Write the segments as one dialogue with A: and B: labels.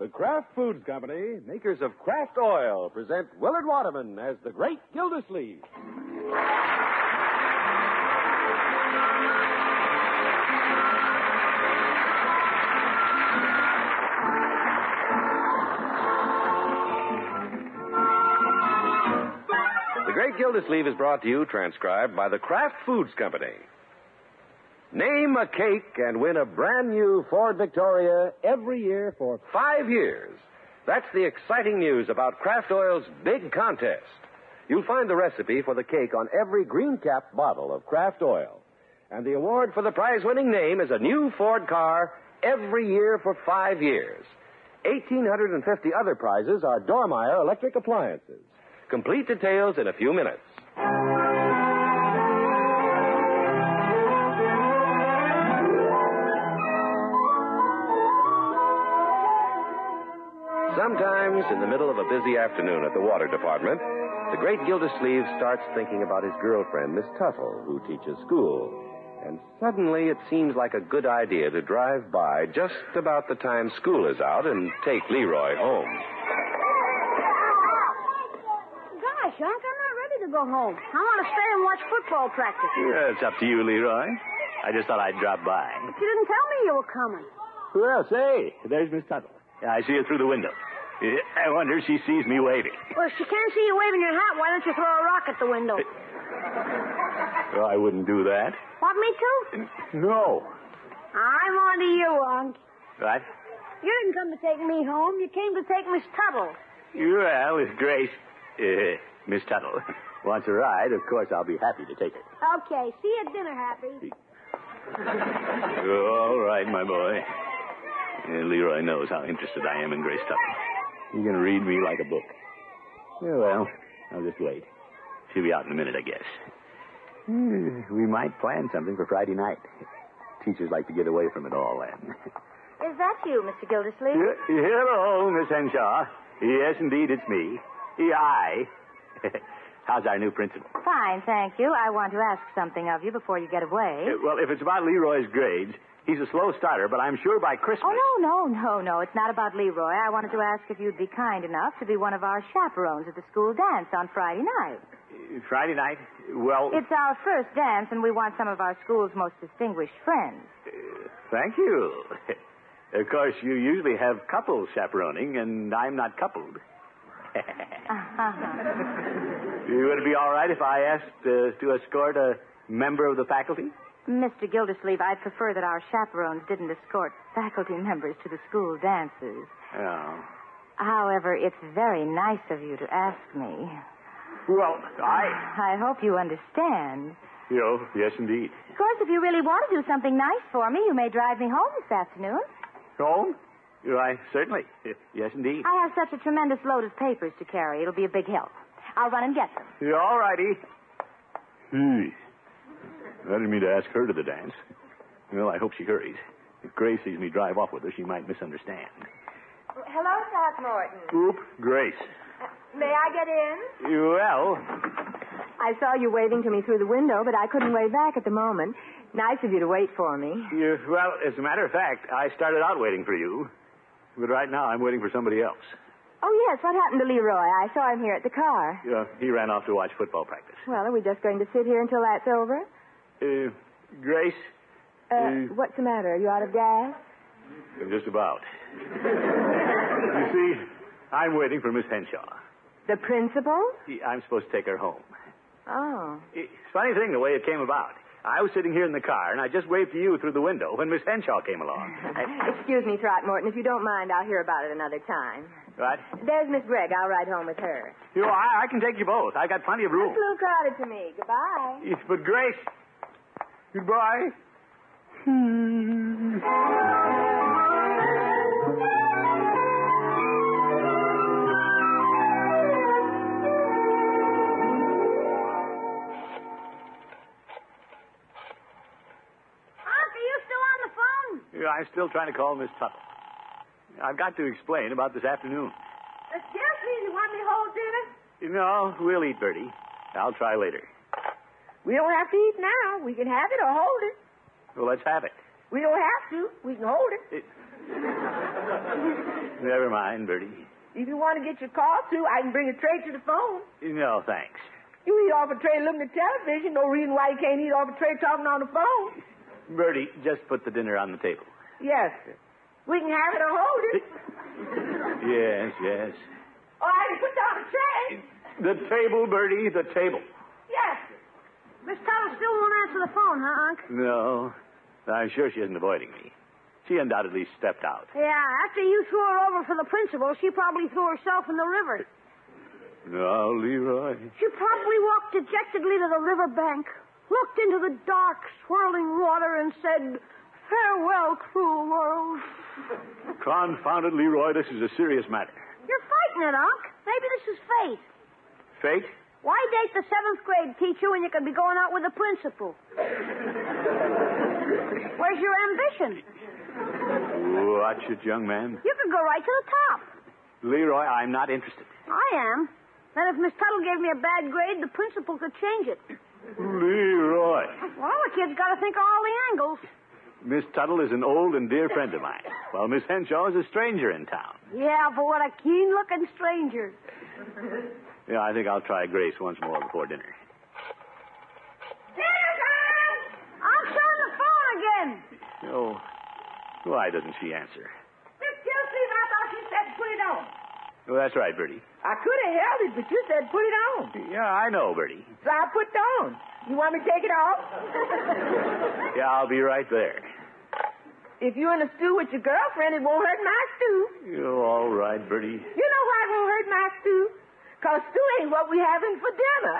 A: The Kraft Foods Company, makers of Kraft Oil, present Willard Waterman as the Great Gildersleeve.
B: The Great Gildersleeve is brought to you, transcribed by the Kraft Foods Company. Name a cake and win a brand new Ford Victoria every year for five years. That's the exciting news about Kraft Oil's big contest. You'll find the recipe for the cake on every green cap bottle of Kraft Oil. And the award for the prize winning name is a new Ford car every year for five years. 1,850 other prizes are Dormeyer electric appliances. Complete details in a few minutes. Sometimes, in the middle of a busy afternoon at the water department, the great Gildersleeve starts thinking about his girlfriend, Miss Tuttle, who teaches school. And suddenly it seems like a good idea to drive by just about the time school is out and take Leroy home.
C: Gosh, Unc, I'm not ready to go home. I want to stay and watch football practice.
D: Yeah, it's up to you, Leroy. I just thought I'd drop by.
C: But you didn't tell me you were coming.
D: Who else? Hey, there's Miss Tuttle. Yeah, I see her through the window. Yeah, I wonder if she sees me waving.
C: Well, if she can't see you waving your hat, why don't you throw a rock at the window?
D: Well, Oh, I wouldn't do that.
C: Want me to?
D: No.
C: I'm on to you, Unc.
D: What?
C: You didn't come to take me home. You came to take Miss Tuttle.
D: Well, if Grace, uh, Miss Tuttle, wants a ride, of course I'll be happy to take her.
C: Okay, see you at dinner, Happy.
D: All right, my boy. Yeah, Leroy knows how interested I am in Grace Tuttle. He can read me like a book. Yeah, well, I'll just wait. She'll be out in a minute, I guess. Hmm, we might plan something for Friday night. Teachers like to get away from it all, then.
E: Is that you, Mr. Gildersleeve?
D: Y- Hello, Miss Henshaw. Yes, indeed, it's me. Yeah, I. How's our new principal?
E: Fine, thank you. I want to ask something of you before you get away.
D: Uh, well, if it's about Leroy's grades, he's a slow starter, but I'm sure by Christmas.
E: Oh, no, no, no, no. It's not about Leroy. I wanted to ask if you'd be kind enough to be one of our chaperones at the school dance on Friday night.
D: Uh, Friday night? Well,
E: It's our first dance, and we want some of our school's most distinguished friends.
D: thank you. of course, you usually have couples chaperoning, and I'm not coupled.
E: Uh-huh.
D: Would it be all right if I asked uh, to escort a member of the faculty?
E: Mr. Gildersleeve, I'd prefer that our chaperones didn't escort faculty members to the school dances.
D: Oh.
E: However, it's very nice of you to ask me.
D: Well, I.
E: I hope you understand.
D: You know, yes, indeed.
E: Of course, if you really want to do something nice for me, you may drive me home this afternoon.
D: Home? Why, certainly. Yes, indeed.
E: I have such a tremendous load of papers to carry. It'll be a big help. I'll run and get them.
D: All righty. Hmm. I didn't mean to ask her to the dance. Well, I hope she hurries. If Grace sees me drive off with her, she might misunderstand.
F: Hello, Throckmorton.
D: Oop, Grace.
F: May I get in?
D: Well,
F: I saw you waving to me through the window, but I couldn't wave back at the moment. Nice of you to wait for me.
D: you, well, as a matter of fact, I started out waiting for you. But right now, I'm waiting for somebody else.
F: Oh, yes. What happened to Leroy? I saw him here at the car.
D: Uh, he ran off to watch football practice.
F: Well, are we just going to sit here until that's over?
D: Uh, Grace?
F: Uh,
G: Mm.
D: Uh,
F: what's the matter? Are you out of gas?
D: Just about. you see, I'm waiting for Miss Henshaw.
F: The principal?
D: I'm supposed to take her home.
F: Oh.
D: It's a funny thing the way it came about. I was sitting here in the car, and I just waved to you through the window when Miss Henshaw came along.
F: Excuse me, Throckmorton. If you don't mind, I'll hear about it another time.
D: Right?
F: There's Miss Gregg. I'll ride home with her.
D: You know, I, I can take you both. I've got plenty of room.
F: It's a little crowded to me. Goodbye.
D: Yes, but Grace. Goodbye.
C: Unc, are you still on the phone?
D: Yeah, I'm still trying to call Miss Tuttle. I've got to explain about this afternoon.
C: Miss Gildersleeve, you want me to hold dinner?
D: You know, we'll eat, Bertie. I'll try later.
C: We don't have to eat now. We can have it or hold it.
D: Well, let's have it.
G: We don't have to. We can hold it.
D: Never mind, Bertie.
G: If you want to get your call through, I can bring a tray to the phone.
D: No, thanks.
G: You eat off a tray looking at television. No reason why you can't eat off a tray talking on the phone.
D: Bertie, just put the dinner on the table.
G: Yes, sir. We can have it or hold it.
D: Yes, yes.
G: Or I can put down a tray.
D: The table, Bertie, the table.
G: Yes, sir.
C: Miss Tuttle still won't answer the phone, huh, Unc?
D: No, I'm sure she isn't avoiding me. She undoubtedly stepped out.
C: Yeah, after you threw her over for the principal, she probably threw herself in the river.
D: No, Leroy.
C: She probably walked dejectedly to the river bank, looked into the dark, swirling water, and said, Farewell, cruel world.
D: Confounded Leroy, this is a serious matter.
C: You're fighting it, Unc. Maybe this is fate.
D: Fate?
C: Why date the seventh grade teacher when you could be going out with the principal? Where's your ambition?
D: Watch it, young man.
C: You could go right to the top.
D: Leroy, I'm not interested.
C: I am. Then if Miss Tuttle gave me a bad grade, the principal could change it.
D: Leroy.
C: Well, a kid's got to think of all the angles.
D: Miss Tuttle is an old and dear friend of mine, while Miss Henshaw is a stranger in town.
C: Yeah, but what a keen-looking stranger.
D: Yeah, I think I'll try Grace once more before dinner.
C: I'm on the phone again.
D: Oh, why doesn't she answer?
G: Miss Gilsleeve, I thought you said put it on.
D: Well, that's right, Bertie.
G: I could have held it, but you said put it on.
D: Yeah, I know, Bertie.
G: So I put it on. You want me to take it off?
D: Yeah, I'll be right there.
G: If you're in a stew with your girlfriend, it won't hurt my stew.
D: Oh, all right, Bertie.
G: You know why it won't hurt my stew? Because stew ain't what we having for dinner.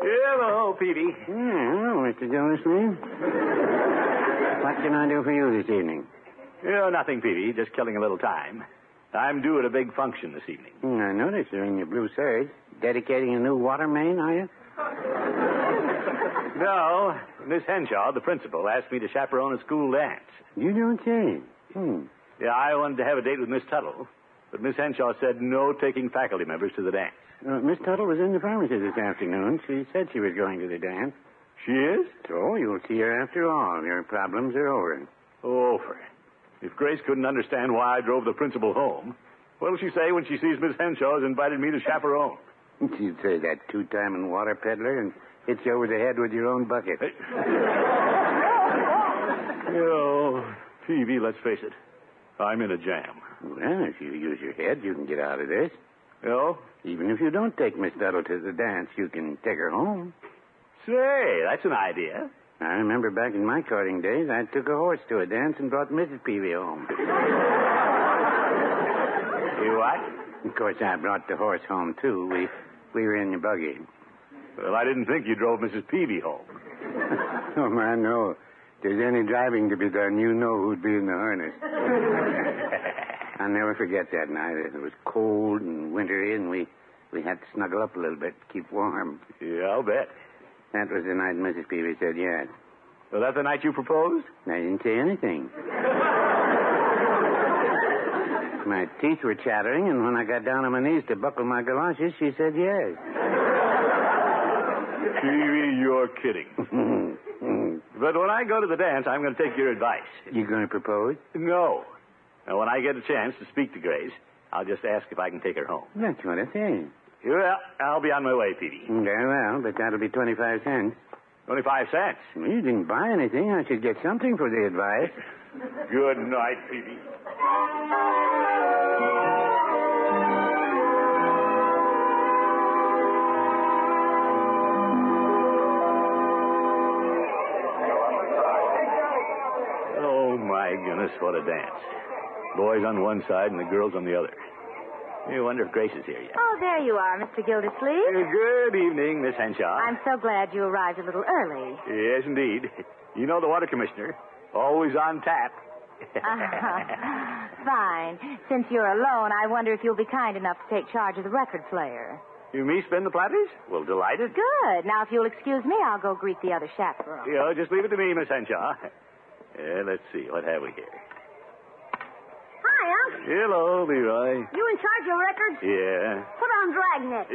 D: Hello, Peavy.
H: hello, Mr. Hmm, Gildersleeve. what can I do for you this evening?
D: Yeah, Oh, nothing, Peavy. Just killing a little time. I'm due at a big function this evening.
H: Hmm, I noticed you're in your blue serge. Dedicating a new water main, are you?
D: No, Miss Henshaw, the principal, asked me to chaperone a school dance.
H: You don't say. Hmm.
D: Yeah, I wanted to have a date with Miss Tuttle, but Miss Henshaw said no taking faculty members to the dance.
H: Uh, Miss Tuttle was in the pharmacy this afternoon. She said she was going to the dance.
D: She is?
H: So you'll see her after all. Your problems are over.
D: Oh, for it. If Grace couldn't understand why I drove the principal home, what'll she say when she sees Miss Henshaw's invited me to chaperone?
H: She'd say that two-timing water peddler and hit you over the head with your own bucket.
D: Hey. oh, Peavy, let's face it. I'm in a jam.
H: Well, if you use your head, you can get out of this.
D: Oh?
H: Even if you don't take Miss Tuttle to the dance, you can take her home.
D: Say, that's an idea.
H: I remember back in my courting days, I took a horse to a dance and brought Mrs. Peavy home.
D: You what?
H: Of course, I brought the horse home, too. We, we were in the buggy.
D: Well, I didn't think you drove Mrs. Peavy home.
H: oh, man, no. If there's any driving to be done, you know who'd be in the harness. I'll never forget that night. It was cold and wintry, and we, we had to snuggle up a little bit to keep warm.
D: Yeah, I'll bet.
H: That was the night Mrs. Peavy said yes.
D: Was that the night you proposed?
H: I didn't say anything. my teeth were chattering, and when I got down on my knees to buckle my galoshes, she said yes.
D: Peavy, you're kidding. But when I go to the dance, I'm going to take your advice.
H: you going to propose?
D: No. Now, when I get a chance to speak to Grace, I'll just ask if I can take her home.
H: That's what I say.
D: Well, I'll be on my way, Peavy.
H: Very well, but that'll be 25 cents.
D: Twenty-five cents.
H: Well, You didn't buy anything. I should get something for the advice.
D: Good night, Peavy. Oh, my goodness, what a dance. Boys on one side and the girls on the other. You wonder if Grace is here yet.
E: Oh, there you are, Mr. Gildersleeve.
D: Hey, Eh, Good evening, Miss Henshaw.
E: I'm so glad you arrived a little early.
D: Yes, indeed. You know the water commissioner. Always on tap.
E: Uh-huh. Fine. Since you're alone, I wonder if you'll be kind enough to take charge of the record player.
D: You me spin the platters? Well, delighted.
E: Good. Now, if you'll excuse me, I'll go greet the other chaperone.
D: You know, just leave it to me, Miss Henshaw. Yeah, let's see. What have we here?
C: Hi, Unc.
D: Hello, Leroy.
C: You in charge of records?
D: Yeah.
C: Put on Dragnet.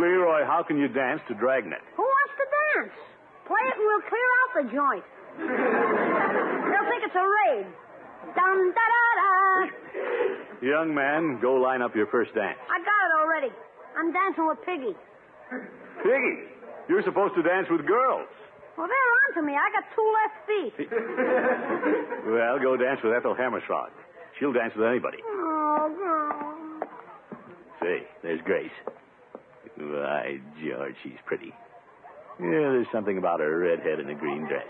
D: Leroy, how can you dance to Dragnet?
C: Who wants to dance? Play it and we'll clear out the joint. They'll think it's a raid. Dum da da da.
D: Young man, go line up your first dance.
C: I got it already. I'm dancing with Piggy.
D: Piggy, you're supposed to dance with girls.
C: Well, they're on to me. I got two left feet.
D: Well, go dance with Ethel Hammerschlag. She'll dance with anybody.
C: Oh, girl.
D: Say, there's Grace. Why, George, she's pretty. Yeah, there's something about her redhead in a green dress.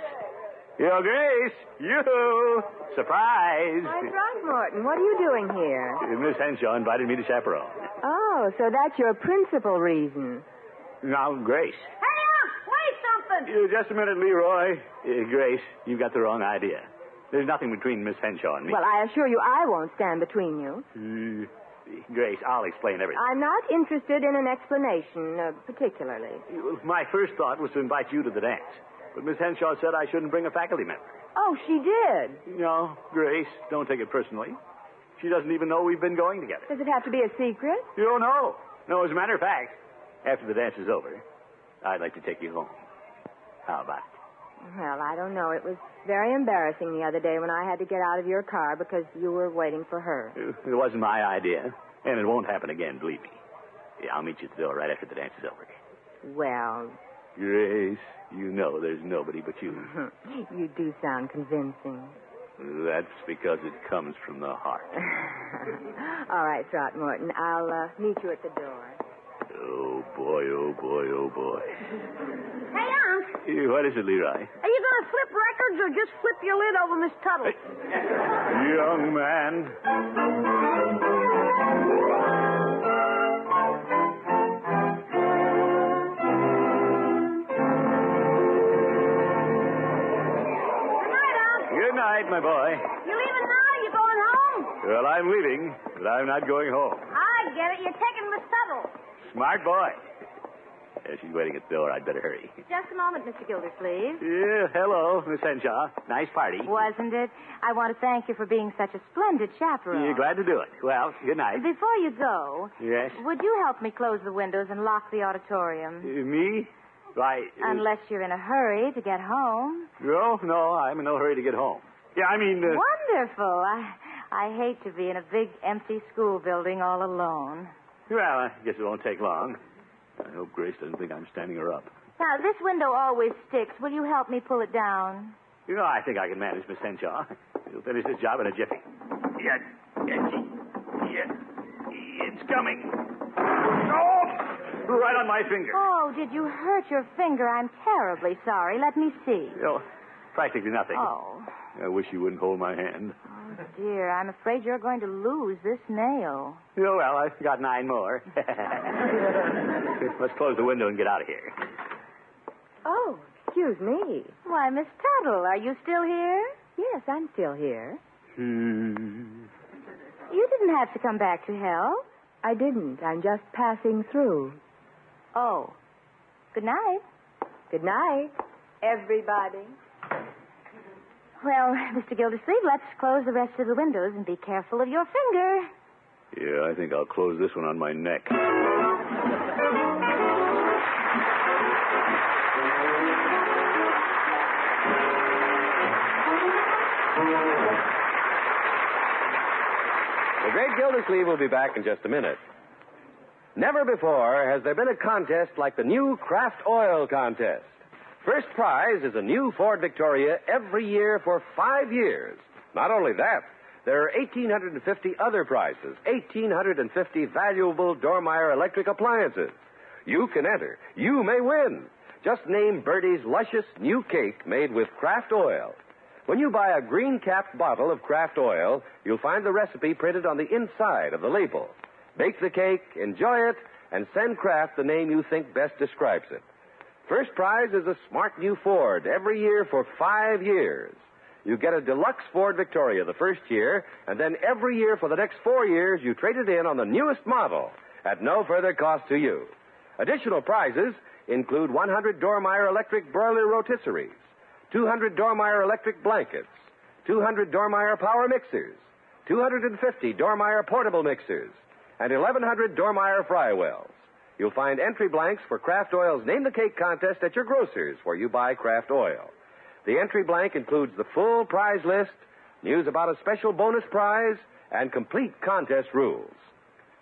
D: Yo, Grace! You! Surprise!
F: Why, Throckmorton, what are you doing here?
D: Uh, Miss Henshaw invited me to chaperone.
F: Oh, so that's your principal reason.
D: Now, Grace.
C: Hey, Unc, play something.
D: Uh, just a minute, Leroy. Uh, Grace, you've got the wrong idea. There's nothing between Miss Henshaw and me.
F: Well, I assure you I won't stand between you.
D: Uh, Grace, I'll explain everything.
F: I'm not interested in an explanation, uh, particularly.
D: Uh, My first thought was to invite you to the dance. But Miss Henshaw said I shouldn't bring a faculty member.
F: Oh, she did.
D: No, Grace, don't take it personally. She doesn't even know we've been going together.
F: Does it have to be a secret?
D: You don't know. No, as a matter of fact, after the dance is over, I'd like to take you home. How about it?
F: Well, I don't know. It was very embarrassing the other day when I had to get out of your car because you were waiting for her.
D: It wasn't my idea, and it won't happen again, believe me. Yeah, I'll meet you at the door right after the dance is over.
F: Well,
D: Grace, you know there's nobody but you.
F: you do sound convincing.
D: That's because it comes from the heart.
F: All right, Throckmorton, I'll uh, meet you at the door.
D: Oh, boy, oh, boy, oh, boy.
C: Hey, Unc,
D: Eh, What is it, Leroy?
C: are you going to flip records or just flip your lid over Miss Tuttle?
D: Young man.
C: Good night, Unc.
D: Good night, my boy.
C: You leaving now? You going home?
D: Well, I'm leaving, but I'm not going home.
C: I get it. You're taking Miss Tuttle.
D: Smart boy. Yeah, she's waiting at the door. I'd better hurry.
E: Just a moment, Mr. Gildersleeve.
D: Yeah, hello, Miss Henshaw. Nice party.
E: Wasn't it? I want to thank you for being such a splendid chaperone.
D: You're glad to do it. Well, good night.
E: Before you go,
D: Yes.
E: would you help me close the windows and lock the auditorium?
D: Uh, me? Why? uh,
E: Unless you're in a hurry to get home.
D: No, no, I'm in no hurry to get home. Yeah, I mean. Uh,
E: Wonderful. I, I hate to be in a big, empty school building all alone.
D: Well, I guess it won't take long. I hope Grace doesn't think I'm standing her up.
E: Now, this window always sticks. Will you help me pull it down?
D: You know, I think I can manage, Miss Henshaw. You'll finish this job in a jiffy. Yes, yes, yes. It's coming. Oh! Right on my finger.
E: Oh, did you hurt your finger? I'm terribly sorry. Let me see.
D: You know, practically nothing.
E: Oh,
D: I wish you wouldn't hold my hand.
E: oh dear. I'm afraid you're going to lose this nail.
D: Oh, well, I've got nine more. Let's close the window and get out of here.
F: Oh, excuse me.
E: Why, Miss Tuttle, are you still here?
F: Yes, I'm still here.
E: You didn't have to come back to help.
F: I didn't. I'm just passing through.
E: Oh, good night.
F: Good night, everybody.
E: Well, Mr. Gildersleeve, let's close the rest of the windows and be careful of your finger.
D: Yeah, I think I'll close this one on my neck.
B: The great Gildersleeve will be back in just a minute. Never before has there been a contest like the new Kraft Oil Contest. First prize is a new Ford Victoria every year for five years. Not only that, there are 1,850 other prizes, 1,850 valuable Dormeyer electric appliances. You can enter. You may win. Just name Bertie's luscious new cake made with Kraft Oil. When you buy a green capped bottle of Kraft Oil, you'll find the recipe printed on the inside of the label. Bake the cake, enjoy it, and send Kraft the name you think best describes it. First prize is a smart new Ford every year for five years. You get a deluxe Ford Victoria the first year, and then every year for the next four years, you trade it in on the newest model at no further cost to you. Additional prizes include 100 Dormeyer electric broiler rotisseries, 200 Dormeyer electric blankets, 200 Dormeyer power mixers, 250 Dormeyer portable mixers, and 1100 Dormeyer fry wells. You'll find entry blanks for Kraft Oil's Name the Cake contest at your grocer's where you buy Kraft Oil. The entry blank includes the full prize list, news about a special bonus prize, and complete contest rules.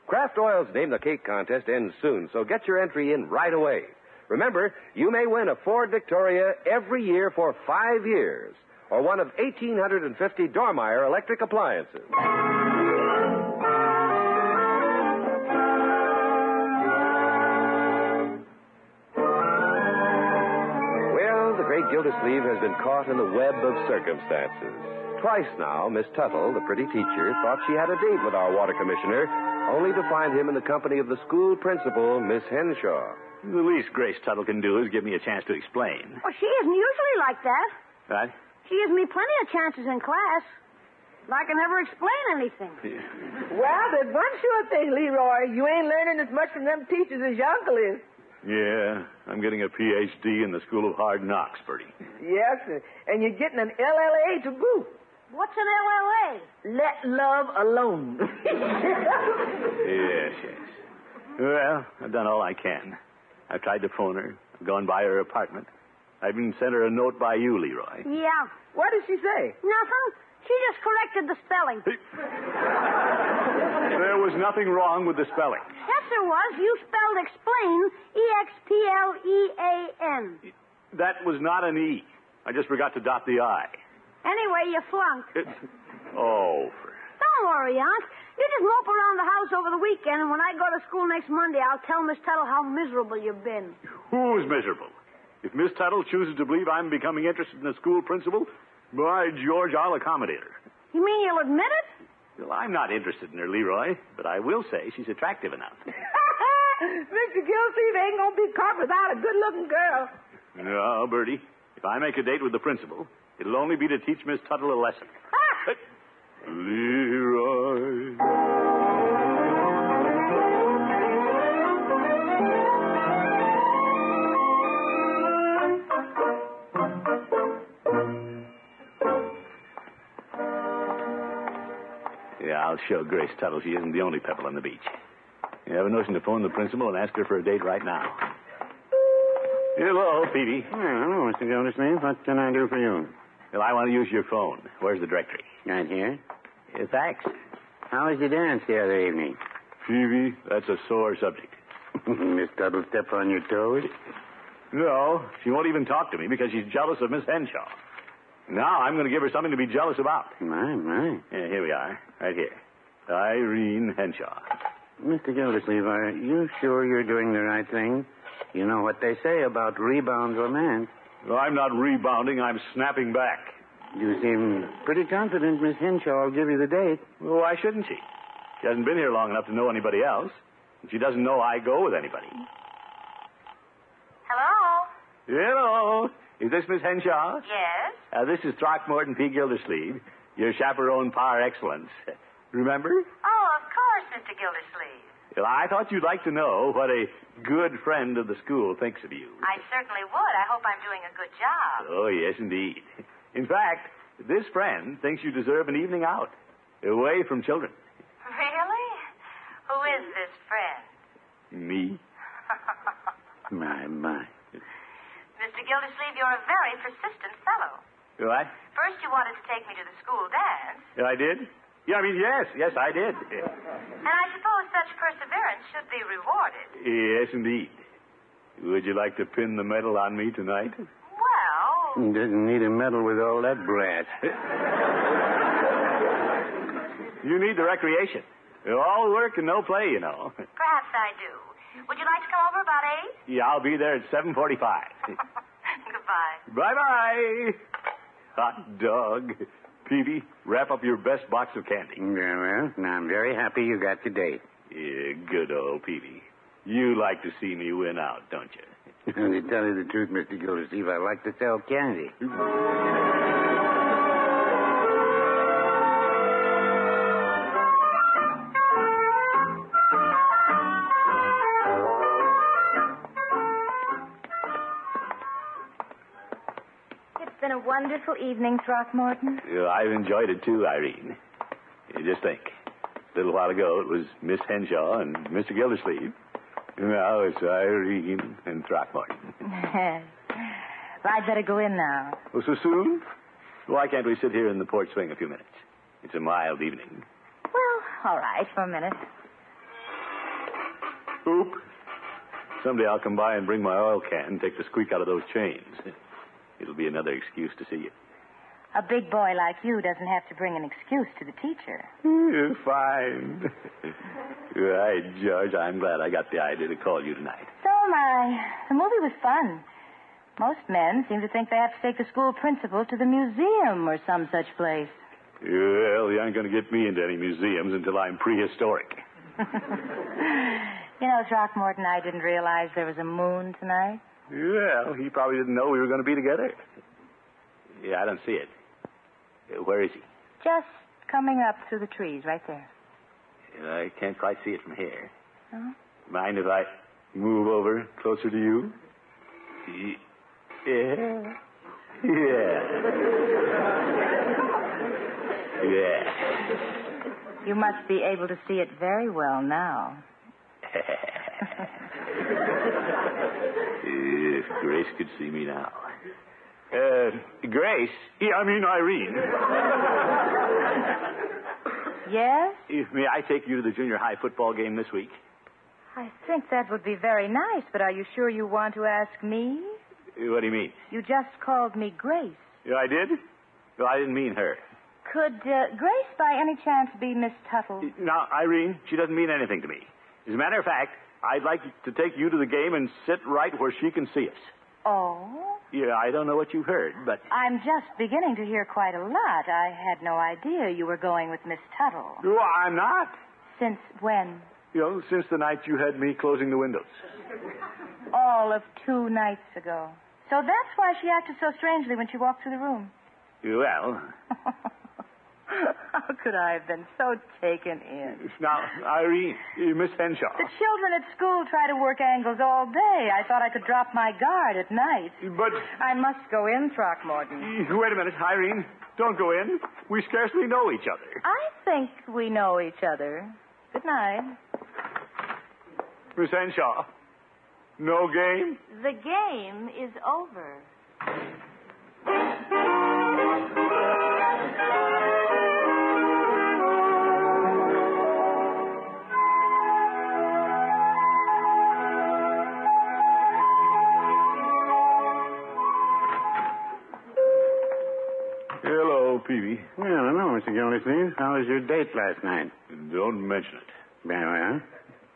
B: Kraft Oil's Name the Cake contest ends soon, so get your entry in right away. Remember, you may win a Ford Victoria every year for five years, or one of 1,850 Dormeyer electric appliances. Well, the great Gildersleeve has been caught in the web of circumstances. Twice now, Miss Tuttle, the pretty teacher, thought she had a date with our water commissioner, only to find him in the company of the school principal, Miss Henshaw.
D: The least Grace Tuttle can do is give me a chance to explain.
C: Oh, she isn't usually like that.
D: Right?
C: She gives me plenty of chances in class. And I can never explain anything.
G: Well, there's one sure thing, Leroy. You ain't learning as much from them teachers as your uncle is.
D: Yeah, I'm getting a PhD in the School of Hard Knocks, Bertie.
G: Yes, sir. and you're getting an LLA to boot.
C: What's an LLA?
G: Let love alone.
D: Yes, yes. Well, I've done all I can. I've tried to phone her. I've gone by her apartment. I even sent her a note by you, Leroy.
C: Yeah.
G: what did she say?
C: Nothing. She just corrected the spelling.
D: There was nothing wrong with the spelling.
C: Yes, there was. You spelled explain E X P L E A N.
D: That was not an E. I just forgot to dot the I.
C: Anyway, you flunked.
D: It, oh, for
C: Don't worry, Aunt. You just mope around the house over the weekend, and when I go to school next Monday, I'll tell Miss Tuttle how miserable you've been.
D: Who's miserable? If Miss Tuttle chooses to believe I'm becoming interested in the school principal, by George, I'll accommodate her.
C: You mean you'll admit it?
D: Well, I'm not interested in her, Leroy, but I will say she's attractive enough.
G: Mr. Gilsey, they ain't gonna be caught without a good-looking girl.
D: No, Ah, Bertie, if I make a date with the principal, it'll only be to teach Miss Tuttle a lesson. Hey, Leroy. Yeah, I'll show Grace Tuttle she isn't the only pebble on the beach. You have a notion to phone the principal and ask her for a date right now. Hello, Peavy.
H: Well, hello, Mr. Gildersleeve. What can I do for you?
D: Well, I want to use your phone. Where's the directory?
H: Right here.
D: Yeah, thanks.
H: How was your dance the other evening?
D: Peavy, that's a sore subject.
H: Miss Double Step on your toes?
D: No, she won't even talk to me because she's jealous of Miss Henshaw. Now I'm going to give her something to be jealous about.
H: My, my.
D: Yeah, here we are, right here. Irene Henshaw.
H: Mr. Gildersleeve, are you sure you're doing the right thing? You know what they say about rebound romance.
D: Well, I'm not rebounding, I'm snapping back.
H: You seem pretty confident Miss Henshaw will give you the date.
D: Well, why shouldn't she? She hasn't been here long enough to know anybody else. And she doesn't know I go with anybody.
I: Hello?
D: Hello. Is this Miss Henshaw?
I: Yes?
D: Uh, this is Throckmorton P. Gildersleeve, your chaperone par excellence. Remember?
I: Oh, of course, Mr. Gildersleeve.
D: Well, I thought you'd like to know what a good friend of the school thinks of you.
I: I certainly would. I hope I'm doing a good job.
D: Oh, yes, indeed. In fact, this friend thinks you deserve an evening out, away from children.
I: Really? Who is this friend?
D: Me?
H: My, my.
I: Mr. Gildersleeve, you're a very persistent fellow.
D: What?
I: First, you wanted to take me to the school dance,
D: I did? Yeah, I mean, yes, yes, I did.
I: and I suppose such perseverance should be rewarded.
D: Yes, indeed. Would you like to pin the medal on me tonight?
I: Well,
H: Doesn't need a medal with all that brass.
D: You need the recreation. All work and no play, you know.
I: perhaps I do. Would you like to come over about eight?
D: Yeah, I'll be there at 7.45.
I: Goodbye.
D: Bye-bye. Hot dog. Peavy, wrap up your best box of candy.
H: Very well. Now, I'm very happy you got the date.
D: Yeah, good old Peavy. You like to see me win out, don't you?
H: to tell you the truth, Mr. Gildersleeve, I like to sell candy.
F: It's been a
E: a wonderful evening, Throckmorton?
D: Yeah, I've Uh, enjoyed it too, Irene. You just think. A little while ago, it was Miss Henshaw and Mr. Gildersleeve. Now it's Irene and Throckmorton.
E: well, I'd better go in now.
D: Oh, so soon? Why can't we sit here in the porch swing a few minutes? It's a mild evening.
E: Well, all right, for a minute.
D: Oop. Someday I'll come by and bring my oil can and take the squeak out of those chains. It'll be another excuse to see you.
E: A big boy like you doesn't have to bring an excuse to the teacher.
D: Yeah, Fine. right, George, I'm glad I got the idea to call you tonight.
E: So am I. The movie was fun. Most men seem to think they have to take the school principal to the museum or some such place.
D: Well, you aren't going to get me into any museums until I'm prehistoric.
E: You know, Throckmorton, I didn't realize there was a moon tonight.
D: Well, he probably didn't know we were going to be together. Yeah, I don't see it. Uh, Where is he?
E: Just coming up through the trees right there.
D: I can't quite see it from here.
E: Oh.
D: Mind if I move over closer to you? Y- Yeah. Yeah. yeah.
E: You must be able to see it very well now.
D: If Grace could see me now. Uh, Grace? Yeah, I mean Irene.
E: Yes?
D: If- May I take you to the junior high football game this week?
E: I think that would be very nice, but are you sure you want to ask me?
D: Uh, What do you mean?
E: You just called me Grace.
D: Yeah, I did? No, I didn't mean her.
E: Could uh, Grace by any chance be Miss Tuttle?
D: Now, Irene, she doesn't mean anything to me. As a matter of fact, I'd like to take you to the game and sit right where she can see us.
E: Oh?
D: Yeah, I don't know what you've heard, but.
E: I'm just beginning to hear quite a lot. I had no idea you were going with Miss Tuttle.
D: No, I'm not.
E: Since when?
D: You know, since the night you had me closing the windows.
E: All of two nights ago. So that's why she acted so strangely when she walked through the room.
D: Well,
E: How could I have been so taken in?
D: now, Irene, uh, Miss Henshaw.
E: The children at school try to work angles all day. I thought I could drop my guard at night.
D: But eh,
E: I must go in, Throckmorton.
D: wait a minute, Irene. Don't go in. We scarcely know each other.
E: I think we know each other. Good night.
D: Miss Henshaw, no game?
I: The game is over.
D: Hello, Peavy.
H: Well, hello, Mr. Gildersleeve. How was your date last night?
D: Don't mention it.
H: Very well.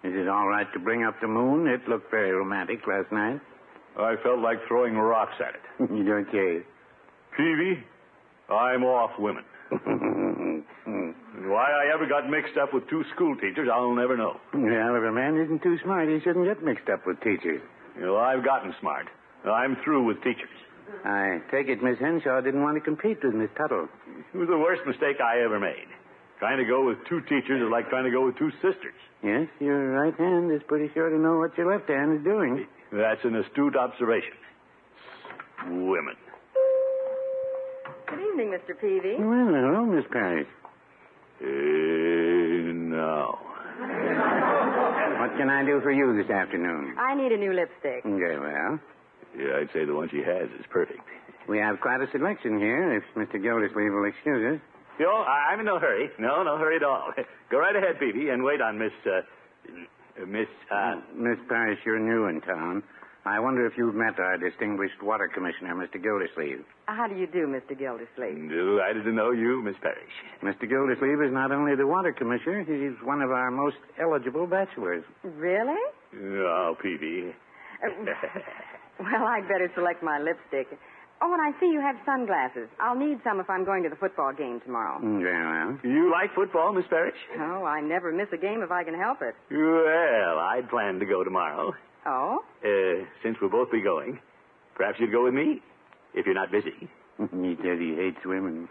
H: Is it all right to bring up the moon? It looked very romantic last night.
D: I felt like throwing rocks at it.
H: you don't care.
D: Peavy, I'm off women. Why I ever got mixed up with two school teachers, I'll never know.
H: well, if a man isn't too smart, he shouldn't get mixed up with teachers.
D: You know, I've gotten smart. I'm through with teachers.
H: I take it Miss Henshaw didn't want to compete with Miss Tuttle.
D: It was the worst mistake I ever made. Trying to go with two teachers is like trying to go with two sisters.
H: Yes, your right hand is pretty sure to know what your left hand is doing.
D: That's an astute observation. Women.
G: Good evening, Mr. Peavy.
H: Well, hello, Miss Parrish.
D: Eh, no.
H: What can I do for you this afternoon?
G: I need a new lipstick.
H: Very well.
D: Yeah, I'd say the one she has is perfect.
H: We have quite a selection here, if Mr. Gildersleeve will excuse us.
D: You know, I- I'm in no hurry. No, no hurry at all. Go right ahead, Peavy, and wait on Miss, uh, uh, Miss, uh,
H: Miss Parrish, you're new in town. I wonder if you've met our distinguished water commissioner, Mr. Gildersleeve.
G: How do you do, Mr.
D: Hmm.
G: Gildersleeve?
D: delighted to know you, Miss Parrish.
H: Mr. Gildersleeve is not only the water commissioner, he's one of our most eligible bachelors.
G: Really?
D: Oh, Peavy.
G: Uh, Well, I'd better select my lipstick. Oh, and I see you have sunglasses. I'll need some if I'm going to the football game tomorrow.
H: Mm. Very well.
D: you like football, Miss Parrish?
G: Oh, I never miss a game if I can help it.
D: Well, I'd planned to go tomorrow.
G: Oh?
D: Uh, since we'll both be going, perhaps you'd go with me, if you're not busy.
H: he says he hates women.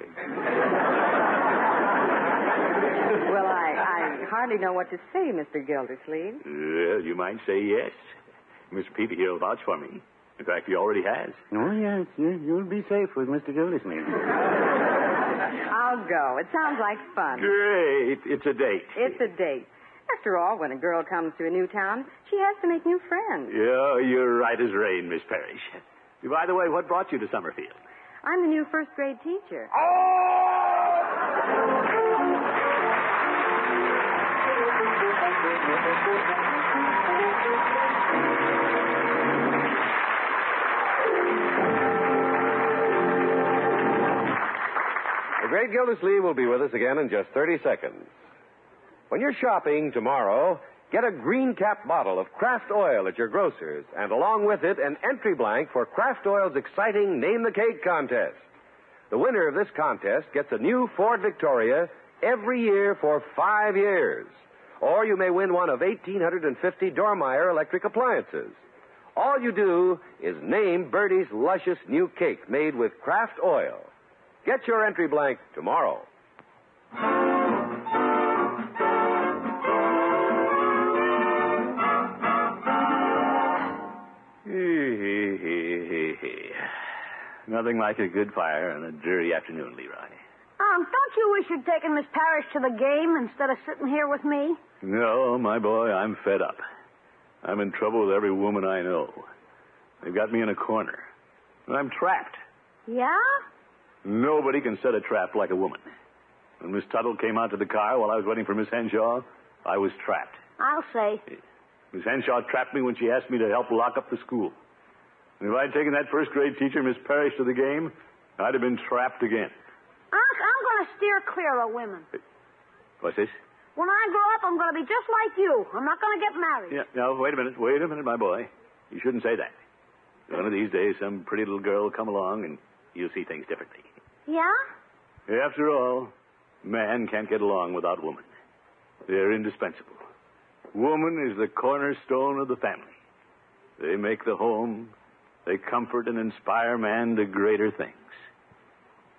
G: Well, I, I hardly know what to say, Mr. Gildersleeve.
D: Well, you might say yes. Mr. Peavy here will vouch for me. In fact, he already has.
H: Oh, yes, you, you'll be safe with Mr. Gildersleeve.
G: I'll go. It sounds like fun.
D: Great. It's a date.
G: It's a date. After all, when a girl comes to a new town, she has to make new friends.
D: Yeah, you're right as rain, Miss Parrish. By the way, what brought you to Summerfield?
G: I'm the new first grade teacher.
B: The great Gildersleeve will be with us again in just 30 seconds. When you're shopping tomorrow, get a green cap bottle of Kraft Oil at your grocer's and along with it an entry blank for Kraft Oil's exciting Name the Cake contest. The winner of this contest gets a new Ford Victoria every year for five years. Or you may win one of 1,850 Dormeyer electric appliances. All you do is name Bertie's luscious new cake made with Kraft Oil. Get your entry blank tomorrow.
D: Nothing like a good fire on a dreary afternoon, Leroy.
C: Um, don't you wish you'd taken Miss Parrish to the game instead of sitting here with me?
D: No, my boy, I'm fed up. I'm in trouble with every woman I know. They've got me in a corner. And I'm trapped.
C: Yeah?
D: Nobody can set a trap like a woman. When Miss Tuttle came out to the car while I was waiting for Miss Henshaw, I was trapped.
C: I'll say.
D: Miss Henshaw trapped me when she asked me to help lock up the school. And if I'd taken that first grade teacher, Miss Parrish, to the game, I'd have been trapped again.
C: I'm, I'm going to steer clear of women.
D: What's this?
C: When I grow up, I'm going to be just like you. I'm not going to get married.
D: Yeah, now, wait a minute. Wait a minute, my boy. You shouldn't say that. One of these days, some pretty little girl will come along and you'll see things differently.
C: Yeah?
D: After all, man can't get along without woman. They're indispensable. Woman is the cornerstone of the family. They make the home, they comfort and inspire man to greater things.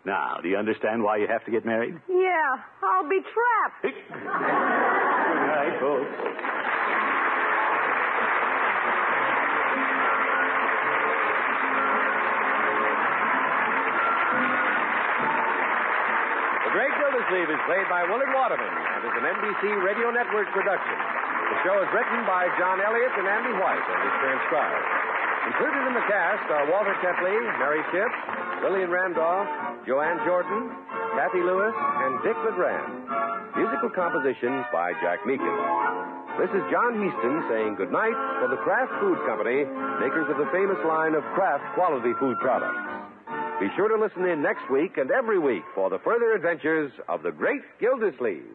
D: Now, do you understand why you have to get married?
C: Yeah, I'll be trapped.
D: Good night, folks.
B: The Great Gildersleeve is played by Willard Waterman and is an NBC Radio Network production. The show is written by John Elliott and Andy White and is transcribed. Included in the cast are Walter Tetley, Mary Shipp, Lillian Randolph, Joanne Jordan, Kathy Lewis, and Dick LeGrand. Musical compositions by Jack Meekin. This is John Heaston saying goodnight for the Kraft Food Company, makers of the famous line of Kraft quality food products. Be sure to listen in next week and every week for the further adventures of the great Gildersleeve.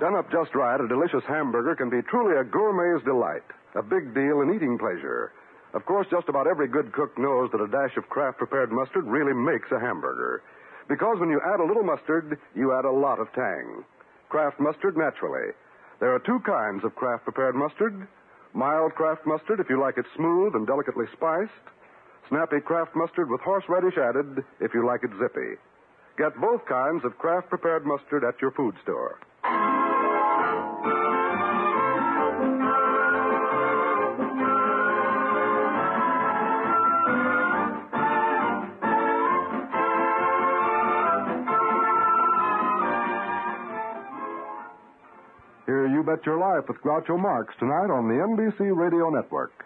J: Done up just right, a delicious hamburger can be truly a gourmet's delight, a big deal in eating pleasure. Of course, just about every good cook knows that a dash of Kraft prepared mustard really makes a hamburger. Because when you add a little mustard, you add a lot of tang. Kraft mustard naturally. There are two kinds of Kraft prepared mustard mild Kraft mustard if you like it smooth and delicately spiced, snappy Kraft mustard with horseradish added if you like it zippy. Get both kinds of Kraft prepared mustard at your food store. Hear You Bet Your Life with Groucho Marx tonight on the NBC Radio Network.